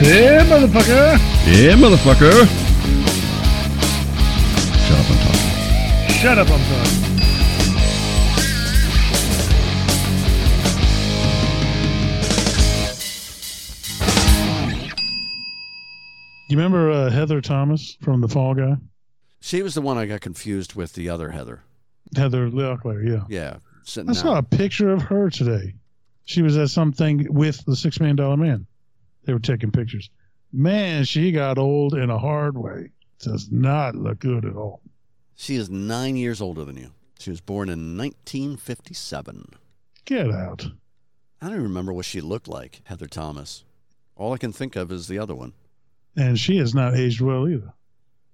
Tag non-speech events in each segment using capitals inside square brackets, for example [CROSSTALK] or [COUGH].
Yeah, motherfucker! Yeah, motherfucker. Shut up, I'm talking. Shut up, I'm done. You remember uh, Heather Thomas from The Fall Guy? She was the one I got confused with the other Heather. Heather Locklear, yeah. Yeah, sitting I out. saw a picture of her today. She was at something with the Six Million Dollar Man. They were taking pictures. Man, she got old in a hard way. Does not look good at all. She is nine years older than you. She was born in 1957. Get out. I don't even remember what she looked like, Heather Thomas. All I can think of is the other one. And she has not aged well either.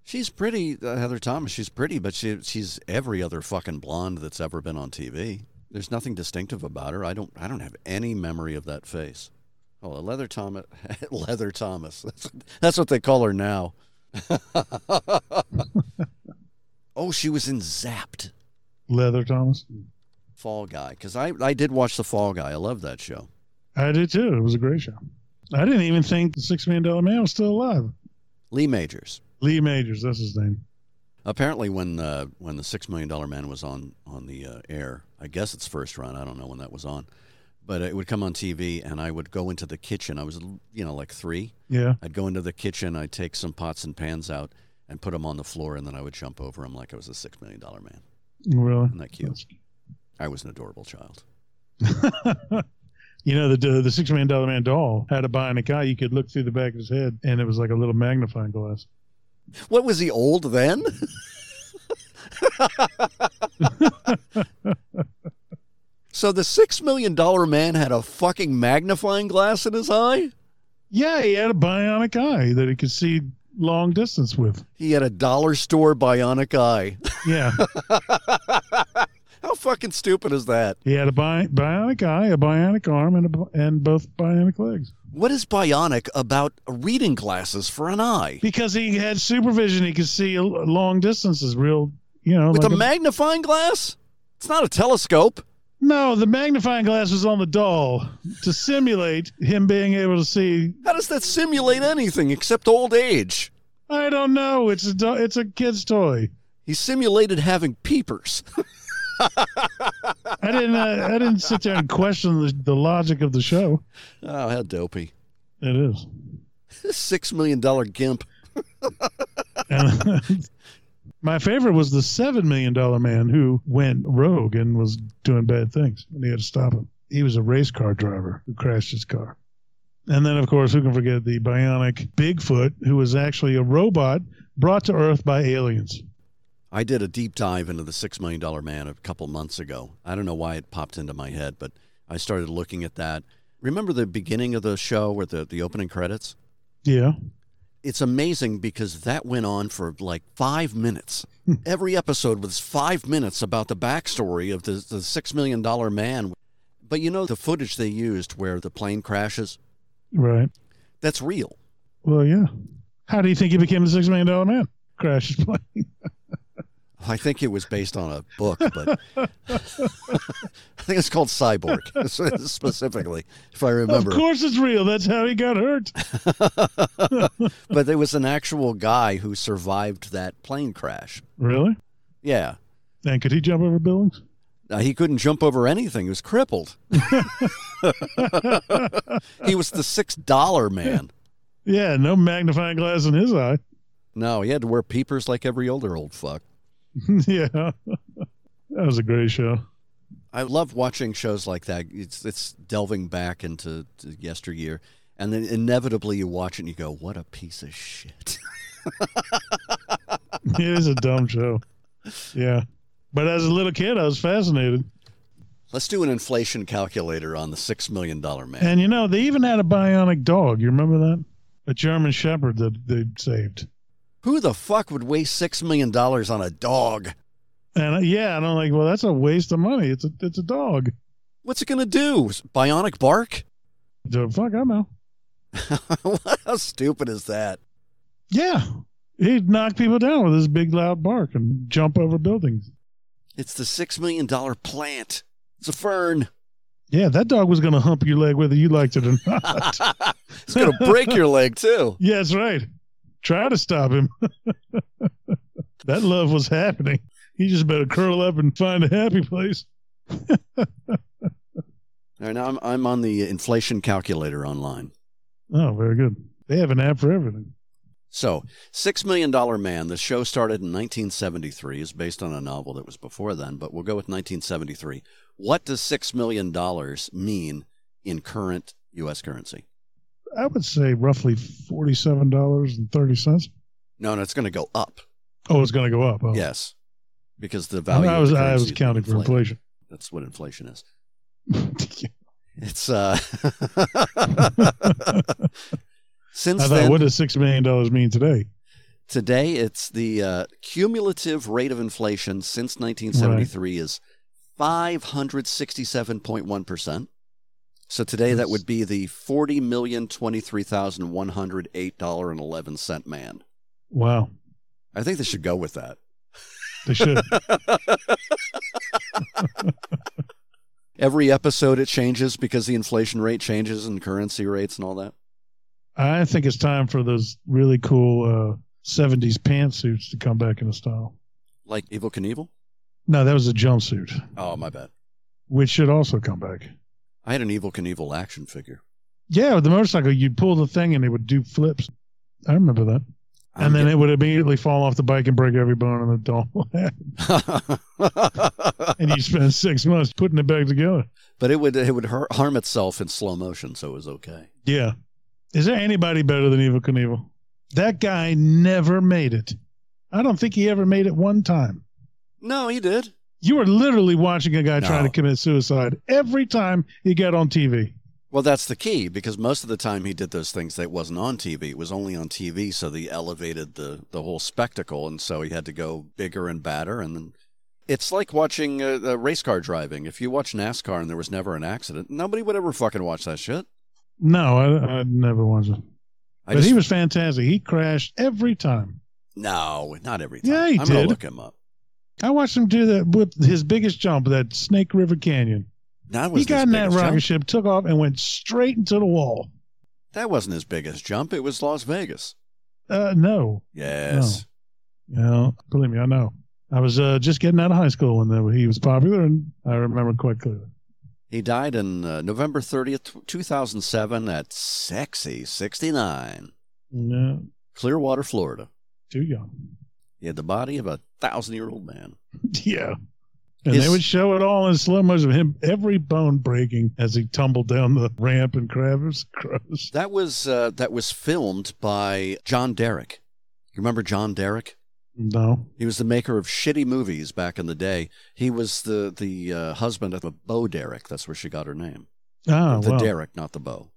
She's pretty, uh, Heather Thomas. She's pretty, but she she's every other fucking blonde that's ever been on TV. There's nothing distinctive about her. I don't I don't have any memory of that face. Oh, Leather Thomas, [LAUGHS] Leather Thomas. That's, that's what they call her now. [LAUGHS] oh, she was in Zapped, Leather Thomas. Fall Guy, because I I did watch the Fall Guy. I love that show. I did too. It was a great show. I didn't even think the Six Million Dollar Man was still alive. Lee Majors. Lee Majors, that's his name. Apparently, when uh, when the Six Million Dollar Man was on on the uh, air, I guess its first run. I don't know when that was on, but it would come on TV, and I would go into the kitchen. I was you know like three. Yeah. I'd go into the kitchen. I'd take some pots and pans out and put them on the floor, and then I would jump over them like I was a Six Million Dollar Man. Really? Isn't that cute? I was an adorable child. you know, the the six million dollar man doll had a bionic eye. You could look through the back of his head, and it was like a little magnifying glass. What was he old then? [LAUGHS] so the Six Million Dollar Man had a fucking magnifying glass in his eye. Yeah, he had a bionic eye that he could see long distance with. He had a dollar store bionic eye. Yeah, How fucking stupid is that? he had a bi- bionic eye, a bionic arm, and a, bi- and both bionic legs What is bionic about reading glasses for an eye? because he had supervision. He could see l- long distances, real. You know, With like a a- magnifying glass? It's not a telescope. no, the magnifying glass was on the doll to simulate him being able to see How does that simulate anything except old age? I don't know. It's a do- it's a kid's toy. He simulated having peepers. I didn't uh, I didn't sit there and question the, the logic of the show. oh, how dopey. It is. Six million dollar gimp. And [LAUGHS] my favorite was the seven million dollar man who went rogue and was doing bad things, and he had to stop him. He was a race car driver who crashed his car. And then, of course, who can forget the bionic Bigfoot, who was actually a robot brought to Earth by aliens? I did a deep dive into the Six Million Dollar Man a couple months ago. I don't know why it popped into my head, but I started looking at that. Remember the beginning of the show where the, the opening credits? Yeah, it's amazing because that went on for like five minutes. Every episode was five minutes about the backstory of the, the six million dollar man. But you know, the footage they used where the plane crashes, right. that's real. Well, yeah. How do you think he became the six million dollar man? Crashed his plane. I think it was based on a book, but [LAUGHS] I think it's called Cyborg [LAUGHS] specifically, if I remember. Of course it's real. That's how he got hurt. But there was an actual guy who survived that plane crash. Really? Yeah. And could he jump over buildings? Uh, he couldn't jump over anything. He was crippled. [LAUGHS] he was the six dollar man. Yeah, no magnifying glass in his eye. [LAUGHS] No, he had to wear peepers like every older old fuck. yeah. That was a great show. I love watching shows like that. It's it's delving back into to yesteryear, and then inevitably you watch it and you go, "What a piece of shit." [LAUGHS] It is a dumb show. Yeah. But as a little kid, I was fascinated. Let's do an inflation calculator on the six million dollar man. And you know, they even had a bionic dog. You remember that? A German Shepherd that they saved. Who the fuck would waste six million dollars on a dog? And uh, yeah, and I'm like, well, that's a waste of money. It's a it's a dog. What's it gonna do? Bionic bark? [LAUGHS] The fuck I know. How stupid is that? Yeah, he'd knock people down with his big loud bark and jump over buildings. It's the six million dollar plant. It's a fern. Yeah, that dog was going to hump your leg whether you liked it or not. [LAUGHS] it's gonna break your leg too. yeah, that's right. Try to stop him. [LAUGHS] that love was happening. You just better curl up and find a happy place. All right, now I'm I'm on the inflation calculator online. Oh, very good. They have an app for everything. So, Six Million Dollar Man, the show started in 1973, is based on a novel that was before then, but we'll go with 1973. What does Six Million Dollars mean in current U.S. currency? I would say roughly forty-seven dollars and thirty cents. No, no, it's going to go up. Oh, it's going to go up. Oh. Yes. Because the I, value. I of was the I currency was has been counting for inflated. inflation. That's what inflation is. [LAUGHS] It's, uh, since I then, thought, what does six million dollars mean today? Today, it's the uh, cumulative rate of inflation since 1973 is 567.1%. So today, that Yes. would be the $40,023,108.11 man. Wow, I think they should go with that. they [LAUGHS] should. Every episode, it changes because the inflation rate changes and currency rates and all that. I think it's time for those really cool uh, '70s pantsuits to come back into style. Like Evil Knievel? No, that was a jumpsuit, Oh, my bad. which should also come back. I had an Evil Knievel action figure. Yeah, with the motorcycle, you'd pull the thing and it would do flips. I remember that. I'm and then it would immediately fall off the bike and break every bone in the dome. getting- [LAUGHS] and you spend six months putting it back together. [LAUGHS] but it would it would har- harm itself in slow motion, so it was okay. Yeah. Is there anybody better than Evil Knievel? That guy never made it. I don't think he ever made it one time. No, he did. You were literally watching a guy No. trying to commit suicide every time he got on TV. Well, that's the key because most of the time he did those things that wasn't on TV. It was only on TV, so they elevated the the whole spectacle, and so he had to go bigger and badder. And then it's like watching uh, uh, race car driving. If you watch NASCAR and there was never an accident, nobody would ever fucking watch that shit. No, I, I never watched it. I but just, he was fantastic. He crashed every time. no, not every time. Yeah, he I'm gonna did. look him up. I watched him do that with his biggest jump, that Snake River Canyon. That was He got his in that biggest rocket jump. ship, took off, and went straight into the wall. That wasn't his biggest jump. It was Las Vegas. Uh, no, Yes. You know, believe me, I know. I was uh, just getting out of high school when the, he was popular, and I remember quite clearly. He died on uh, November 30th, 2007 at sexy 69, No, Clearwater, Florida. too young. [LAUGHS] He had the body of a thousand-year-old man. yeah. And His- they would show it all in slow motion of him, every bone breaking as he tumbled down the ramp and crabs. [LAUGHS] Gross. That was uh, that was filmed by John Derrick. You remember John Derrick? No. He was the maker of shitty movies back in the day. He was the the uh, husband of a Bo Derrick. That's where she got her name. Ah, the well, Derrick, not the Bo.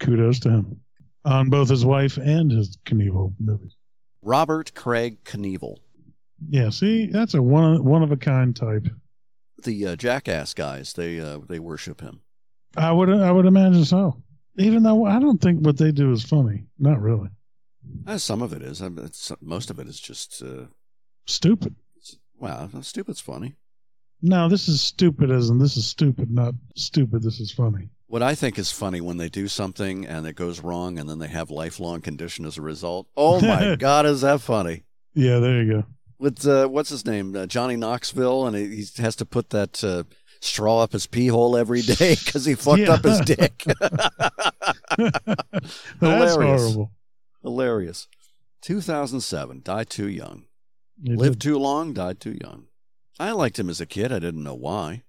kudos to him. On both his wife and his Knievel movies. Robert Craig Knievel, Yeah, see, that's a one, one of a kind type. the uh, Jackass guys. They uh, they worship him. I would I would imagine so. Even though I don't think what they do is funny. Not really. Uh, some of it is. I mean, it's, most of it is just uh, Stupid. wow. Stupid's funny. No, this is stupid as in this is stupid, not stupid, this is funny. What I think is funny when they do something and it goes wrong and then they have lifelong condition as a result. Oh my God, is that funny? Yeah, there you go. [LAUGHS] With uh, what's his name, uh, Johnny Knoxville, and he, he has to put that uh, straw up his pee hole every day [LAUGHS] because he fucked Yeah. up his dick. [LAUGHS] That's Hilarious. horrible. Hilarious. 2007, died too young. It Lived too long, died too young. I liked him as a kid. I didn't know why.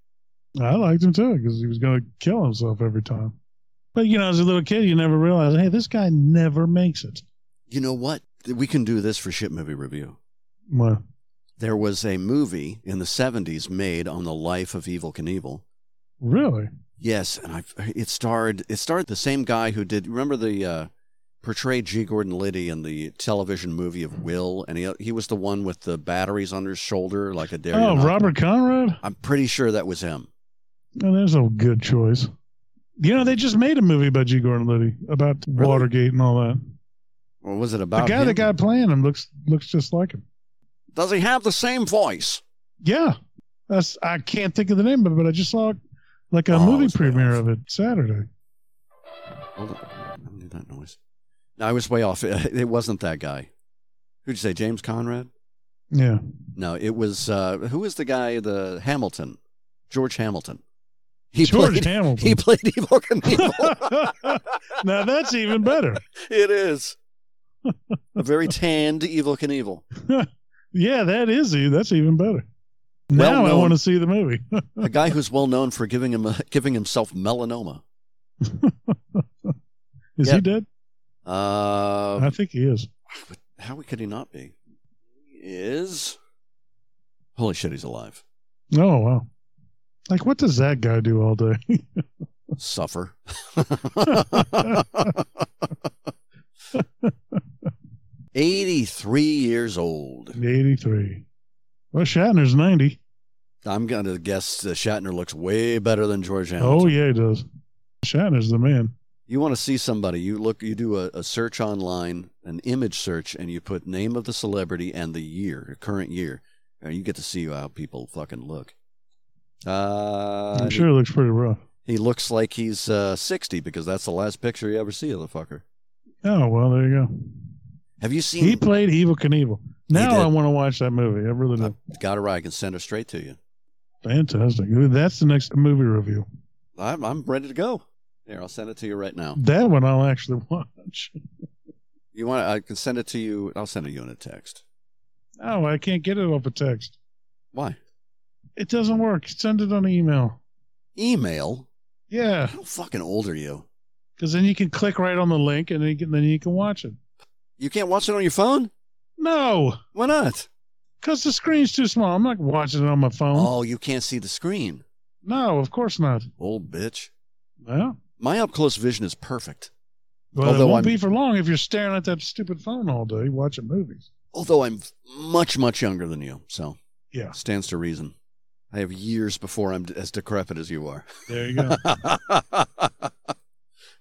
did- I liked him too because he was going to kill himself every time. But you know, as a little kid, you never realize, hey, this guy never makes it. You know what? We can do this for shit movie review. Well, There was a movie in the 70s made on the life of Evil Knievel. really? Yes, and I it starred it starred the same guy who did remember the uh portrayed G Gordon Liddy in the television movie of Will and he he was the one with the batteries on his shoulder like a dare you oh, not. Robert Conrad. I'm pretty sure that was him. Oh, there's a good choice. You know, they just made a movie about G. Gordon Liddy about Really? Watergate and all that. Or was it about the guy him? that got playing him looks looks just like him. Does he have the same voice? Yeah, That's, I can't think of the name of it, but I just saw like a Oh, it movie was way premiere off. of it Saturday. Hold on. Oh, I do that noise. No, I was way off. [LAUGHS] It wasn't that guy. Who'd you say? James Conrad? Yeah. No, it was uh, who was the guy? The Hamilton, George Hamilton. He George played. [LAUGHS] Hamilton. [LAUGHS] He played evil can evil. now that's even better. it is a very tanned evil can evil. Yeah, that is e- that's even better. Well Now I known. want to see the movie. [LAUGHS] A guy who's well known for giving him giving himself melanoma. is Yeah. he dead? I Uh, think he is. how could he not be? He Is holy shit, he's alive. Oh wow. Like what does that guy do all day? [LAUGHS] Suffer. [LAUGHS] Eighty-three years old. Eighty three. Well Shatner's ninety. I'm gonna guess uh, Shatner looks way better than George Hamilton. Oh yeah he does. Shatner's the man. You want to see somebody? You look, you do a, a search online, an image search, and you put name of the celebrity and the year, current year, and you get to see how people fucking look. Uh, I'm sure it looks pretty rough. he looks like he's uh, 60 because that's the last picture you ever see of the fucker. Oh well there you go. Have you He seen? played Evil Knievel. Now did. Uh, I want to watch that movie. I really do. Got her. I can send her straight to you. Fantastic. That's the next movie review. I'm, I'm ready to go. Here, I'll send it to you right now. That one I'll actually [LAUGHS] watch. You want? I can send it to you. I'll send it you in a text. Oh, I can't get it off a text. Why? It doesn't work. Send it on email. Email. Yeah, How fucking old are you? because then you can click right on the link and then you can, then you can watch it. You can't watch it on your phone. No, Why not? because the screen's too small. I'm not watching it on my phone. Oh, you can't see the screen. No, of course not. Old bitch. Well, My up close vision is perfect. well Although it won't I'm- be for long if you're staring at that stupid phone all day watching movies. Although I'm much, much younger than you, so Yeah, stands to reason. I have years before I'm as decrepit as you are. [LAUGHS] there you go.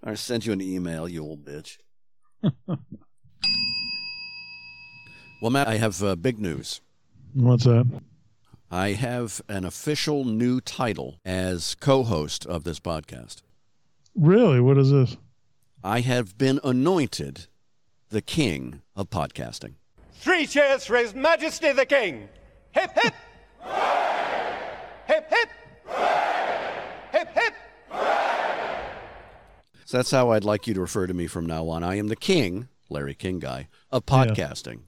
I sent you an email, you old bitch. well, Matt, I have uh, big news. [LAUGHS] What's that? I have an official new title as co host of this podcast. Really? What is this? I have been anointed the king of podcasting. Three cheers for His Majesty the King. Hip hip. Hip hip. Hip hip. So that's how I'd like you to refer to me from now on. I am the king, Larry King guy, of podcasting.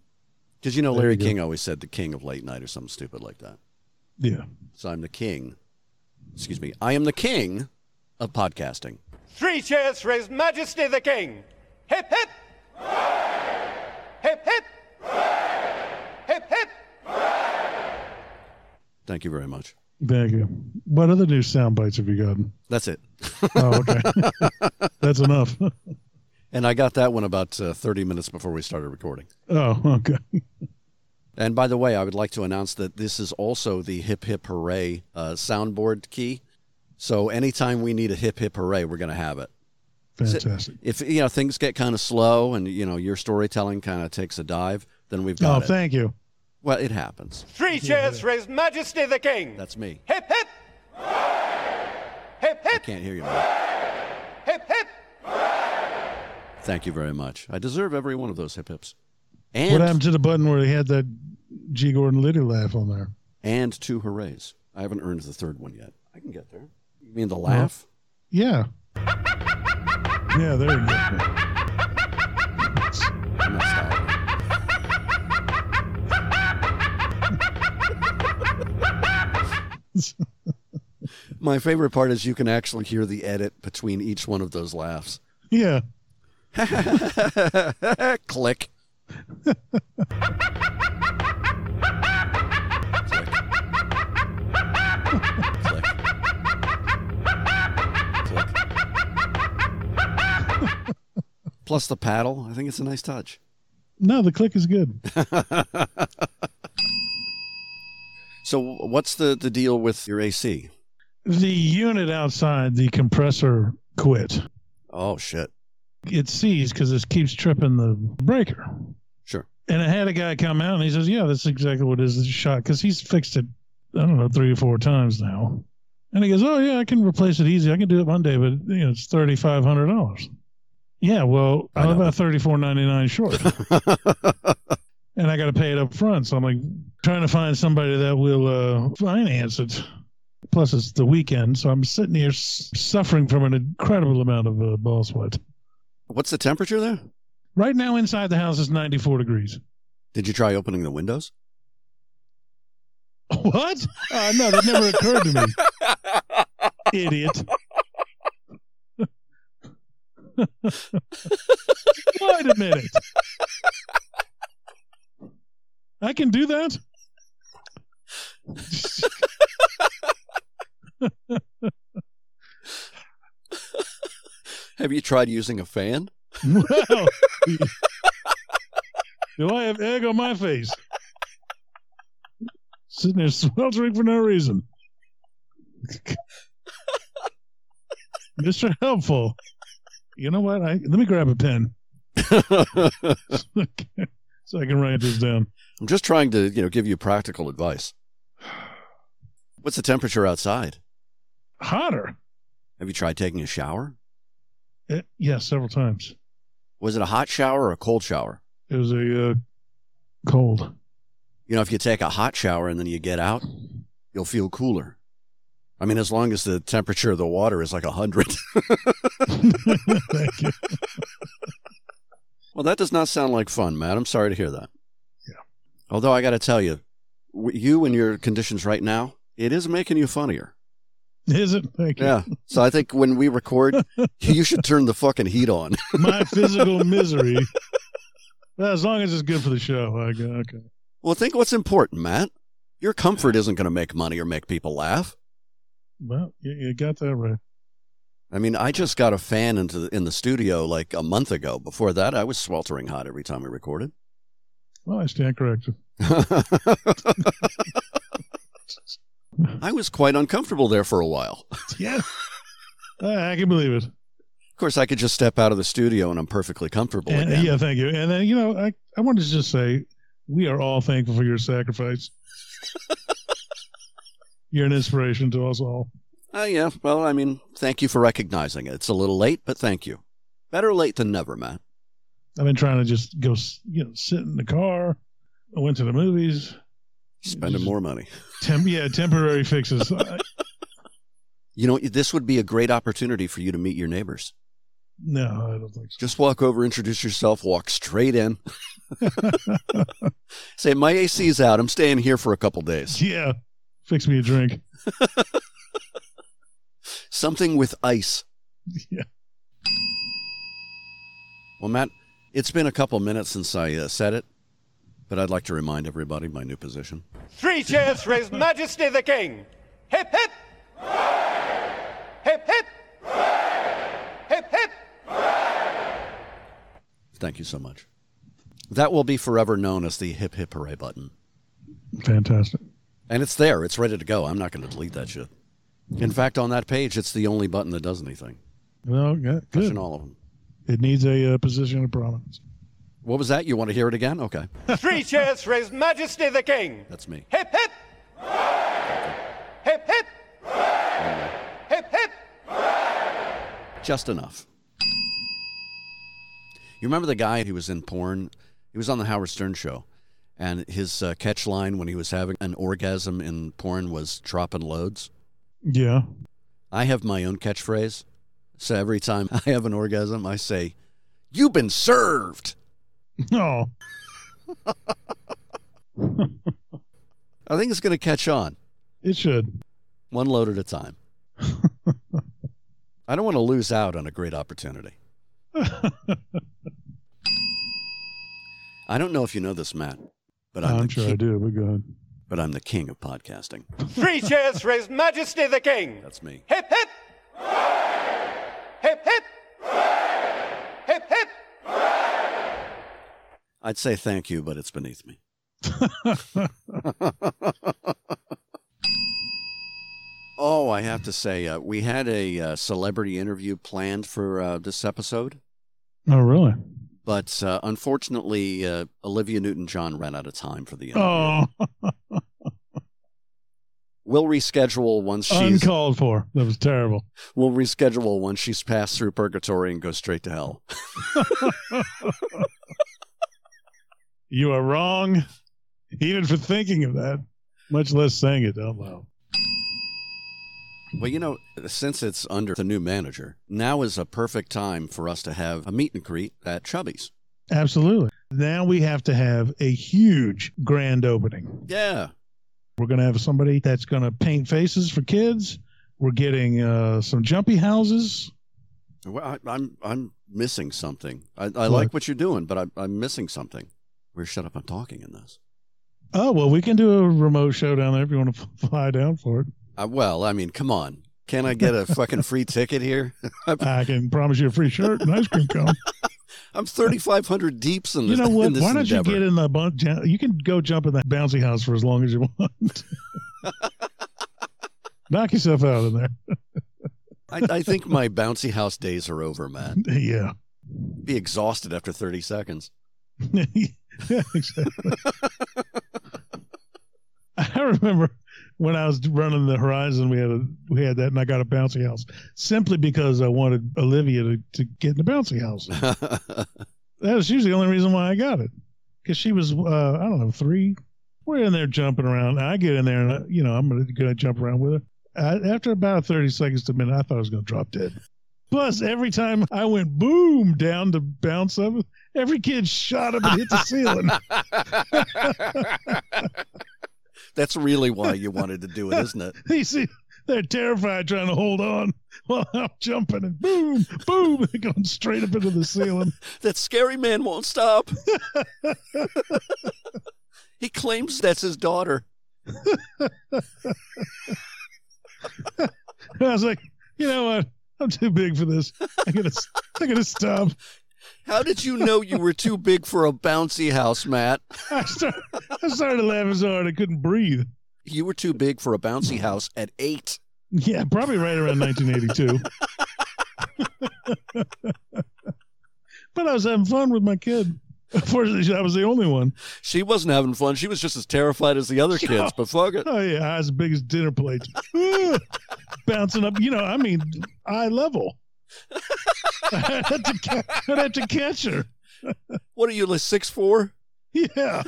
Because you know, Larry King always said the king of late night or something stupid like that. Yeah. So I'm the king. Excuse me. I am the king of podcasting. Three cheers for His Majesty the King. Hip hip. Hip hip. Hip hip. Thank you very much. Thank you. What other new sound bites have you gotten? That's it. Oh, okay. [LAUGHS] That's enough. And I got that one about uh, 30 minutes before we started recording. Oh, okay. And by the way, I would like to announce that this is also the hip hip hooray uh, soundboard key. So anytime we need a hip hip hooray, we're going to have it. Fantastic. if you know things get kind of slow and you know your storytelling kind of takes a dive, then we've Oh, got it. thank you. well, it happens. Three cheers for His Majesty the King. That's me. Hip hip. Hip hip. Can't hear you. Man. Hip hip. Thank you very much. I deserve every one of those hip hips. What And happened to the button where they had that G. Gordon Liddy laugh on there? and two hoorays. I haven't earned the third one yet. I can get there. You mean [LAUGHS] the laugh? Yeah. Yeah, there you go. I'm [LAUGHS] not stopping. My favorite part is you can actually hear the edit between each one of those laughs. Yeah. [LAUGHS] Click. Click. Click. Click. Plus the paddle. I think it's a nice touch. [LAUGHS] No, the click is good. So what's the, the deal with your AC? The unit outside the compressor quit. Oh shit. It seized because it keeps tripping the breaker. Sure. [LAUGHS] And I had a guy come out and he says, Yeah, that's exactly what it is. It's a shot because he's fixed it I don't know, three or four times now. And he goes, Oh, yeah, I can replace it easy. I can do it Monday, but you know, it's $3,500. Yeah, well, I I'm know. about $34.99 short. and I got to pay it up front. So I'm like trying to find somebody that will uh, finance it. Plus, it's the weekend, so I'm sitting here s- suffering from an incredible amount of uh, ball sweat. What's the temperature there? Right now, inside the house is 94 degrees. Did you try opening the windows? What? Uh, no, that never occurred to me. Idiot. [LAUGHS] Wait a minute. I can do that? Have you tried using a [LAUGHS] fan? Wow. [LAUGHS] Do I have egg on my face? Sitting there sweltering for no reason. [LAUGHS] Mr. Helpful. You know what? I, let me grab a pen I'm [LAUGHS] so I can write this down. just trying to, you know, give you practical advice. What's the temperature outside? Hotter. Have you tried taking a shower? Eh, yeah, several times. Was it a hot shower or a cold shower? It was a uh, cold. [LAUGHS] You know, if you take a hot shower and then you get out, you'll feel cooler. I mean, as long as the temperature of the water is like 100. Thank you. [LAUGHS] Well, that does not sound like fun, Matt. I'm sorry to hear that. Yeah. Although I got to tell you, w- you and your conditions right now, it is making you funnier. Is it? Thank you. Yeah. So I think when we record, you should turn the fucking heat on. My physical misery. Well, as long as it's good for the show. I go, okay. Well, think what's important, Matt. Your comfort isn't going to make money or make people laugh. Well, you, you got that right. I mean, I just got a fan into the, in the studio like a month ago. Before that, I was sweltering hot every time we recorded. Well, I stand corrected. I was quite uncomfortable there for a while. Of Yeah. [LAUGHS] I can believe it. course, I could just step out of the studio and I'm perfectly comfortable And, again. yeah, thank you. And then, you know, I, I wanted to just say we are all thankful for your sacrifice. You're an inspiration to us all. Oh, yeah. Well, I mean, thank you for recognizing it. It's a little late, but thank you. Better late than never, Matt. I've been trying to just go, s- you know, sit in the car. I went to the movies. Spending more money. Tem- yeah, temporary fixes. I, You know, this would be a great opportunity for you to meet your neighbors. no, I don't think so. Just walk over, introduce yourself, walk straight in. [LAUGHS] Say, my AC's out. I'm staying here for a couple days. Yeah, fix me a drink. Something with ice. Yeah. Well, Matt, it's been a couple minutes since I uh, said it, but I'd like to remind everybody my new position. Three cheers for His Majesty the King. Hip hip! Hip hip! Hip hip! Thank you so much. That will be forever known as the hip hip hooray button. Fantastic. And it's there. It's ready to go. I'm not going to delete that shit. In fact, on that page, it's the only button that does anything. Well, yeah, Pushing good. all of them. It needs a uh, position of prominence. What was that? You want to hear it again? Okay, Three cheers for His Majesty the King. that's me. Hip hip! Hip hip! Hip hip! Just enough. You remember the guy who was in porn? He was on the Howard Stern show, and his uh, catch line when he was having an orgasm in porn was "dropping loads." Yeah. [LAUGHS] I have my own catchphrase, so every time [LAUGHS] I have an orgasm, I say, "You've been served." No. I think it's going to catch on. It should. [LAUGHS] one load at a time. I don't want to lose out on a great opportunity. I don't know if you know this, Matt, but I'm, I'm the sure I king, do, but go ahead. but I'm the king of podcasting. Three cheers for His Majesty the King. That's me. Hip hip! Hip hip! Hip hip! I'd say thank you, but it's beneath me. [LAUGHS] oh, I have to say, uh, we had a uh, celebrity interview planned for uh, this episode, Oh, really? but uh, unfortunately, [LAUGHS] uh, Olivia Newton John ran out of time for the interview. Oh, We'll reschedule once she's Uncalled for. That was terrible. we'll reschedule once she's passed through purgatory and goes straight to hell. You are wrong, even for thinking of that, much less saying it out loud. Well, you know, since it's under the new manager, now is a perfect time for us to have a meet and greet at Chubby's. Absolutely. Now we have to have a huge grand opening. Yeah. We're going to have somebody that's going to paint faces for kids. We're getting uh, some jumpy houses. Well, I, I'm I'm missing something. I, I like what you're doing, but I'm I'm missing something. We're shut up. I'm talking in this. Oh, well, we can do a remote show down there if you want to [LAUGHS] fly down for it. Uh, well, I mean, come on. Can I [LAUGHS] get a fucking free ticket here? I can promise you a free shirt and ice cream cone. I'm 3,500 deeps [LAUGHS] in you this. know In what? this Why don't endeavor. you get in the bun- ju- You can go jump in that bouncy house for as long as you [LAUGHS] want. Knock yourself out in there. [LAUGHS] I, I think my bouncy house days are over, man. Yeah. Be exhausted after 30 seconds. [LAUGHS] [LAUGHS] exactly. I remember when I was running the Horizon, we had a we had that, and I got a bouncy house simply because I wanted Olivia to, to get in the bouncy house. That was usually the only reason why I got it, because she was uh, I don't know three. We're in there jumping around. I get in there, and I, you know I'm gonna, gonna jump around with her. I, after about thirty seconds to a minute, I thought I was gonna drop dead. Plus, every time I went boom down to bounce up, every kid shot up and hit the ceiling. That's really why you wanted to do it, isn't it? [LAUGHS] You see, they're terrified trying to hold on while I'm jumping and boom, boom, [LAUGHS] they're going straight up into the ceiling. That scary man won't stop. [LAUGHS] he claims that's his daughter. And I was like, you know what? I'm too big for this. I gotta, I gotta stop. How did you know you were too big for a bouncy house, Matt? I started, I started laughing so hard I couldn't breathe. You were too big for a bouncy house at eight. Yeah, probably right around 1982. [LAUGHS] but I was having fun with my kid. Unfortunately, I was the only one. She wasn't having fun. She was just as terrified as the other kids, but fuck it. Oh yeah, eyes big as dinner plates, Ugh. bouncing up. You know, I mean, eye level. I'd, have to ca- I'd have to catch her. What are you, like six four? Yeah,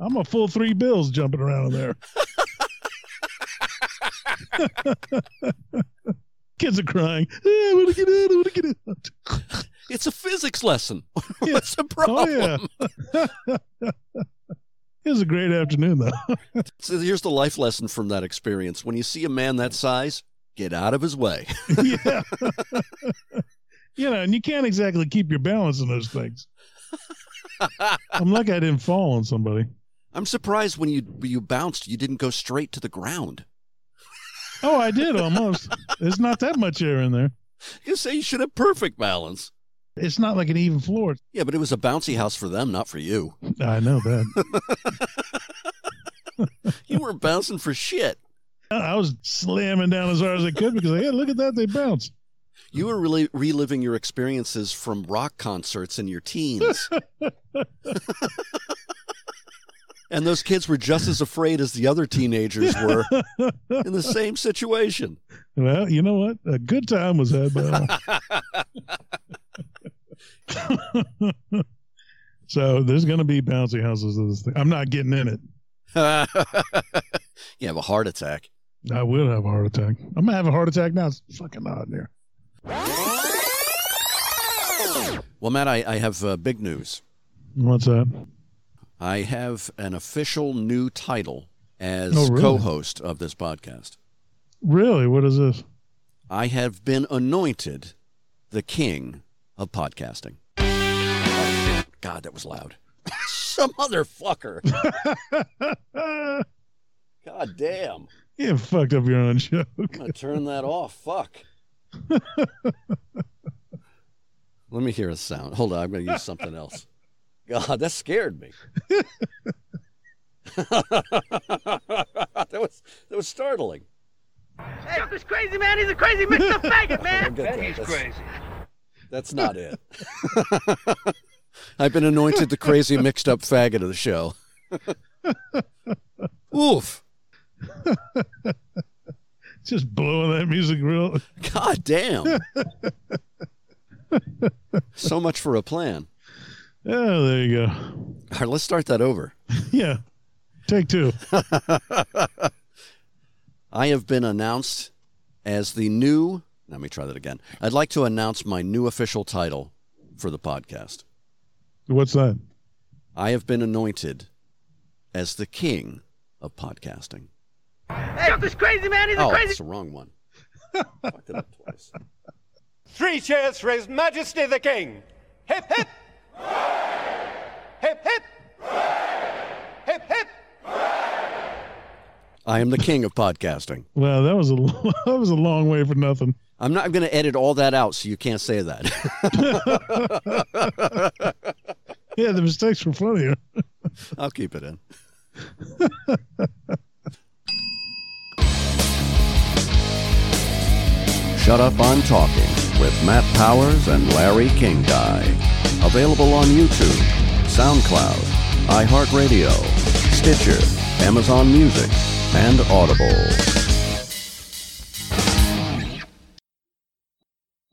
I'm a full three bills jumping around in there. [LAUGHS] Kids are crying. "Eh, I want to get out. I want to get out. It's a physics lesson. [LAUGHS] Yeah. What's the Oh problem? yeah. [LAUGHS] it was a great afternoon though. So here's the life lesson from that experience. When you see a man that size, get out of his way. [LAUGHS] yeah. [LAUGHS] you know, and you can't exactly keep your balance on those things. I'm lucky I didn't fall on somebody. I'm surprised when you you bounced, you didn't go straight to the ground. Oh, I did almost. There's not that much air in there. You say you should have perfect balance. It's not like an even floor. Yeah, but it was a bouncy house for them, not for you. I know that. You weren't bouncing for shit. I I was slamming down as hard as I could because, hey, look at that. They bounce. You were really reliving your experiences from rock concerts in [LAUGHS] your teens. and those kids were just as afraid as the other teenagers were in the same situation. [LAUGHS] Well, you know what? A good time was had by all. [LAUGHS] so there's going to be bouncy houses of this thing. I'm not getting in it. you have a heart attack. I will have a heart attack. I'm gonna have a heart attack now. It's fucking hot in here. Well, Matt, I, I have uh, big news. What's that? I have an official new title as Oh, really? co host of this podcast. Really? What is this? I have been anointed the king of podcasting. God, that was loud. [LAUGHS] Some motherfucker. Ah, God damn. you fucked up your own [LAUGHS] joke. I'm going to turn that off. Fuck. Let me hear a sound. Hold on. I'm going to use something else. God, that scared me. [LAUGHS] that was that was startling. Stop this crazy man. He's a [LAUGHS] crazy mixed up faggot, man. Forget that. That's, That's not it. I've been anointed the crazy mixed up faggot of the show. Oof. Just blowing that music real. God damn. so much for a plan. Oh, there you go. All right, let's start that over. Yeah. Take two. I have been announced as the new. Let me try that again. I'd like to announce my new official title for the podcast. What's that? I have been anointed as the king of podcasting. Hey, this crazy man, he's a Oh, crazy that's the wrong one. Fucked it up twice. Three cheers for His Majesty the King. Hip hip! Hip hip! Hip hip! I am the king of podcasting. Wow, that was a [LAUGHS] that was a long way for nothing. I'm not going to edit all that out, so you can't say that. [LAUGHS] Yeah, the mistakes were funnier. I'll keep it in. Shut Up on Talking with Matt Powers and Larry King Guy. Available on YouTube, SoundCloud, iHeartRadio, Stitcher, Amazon Music, and Audible.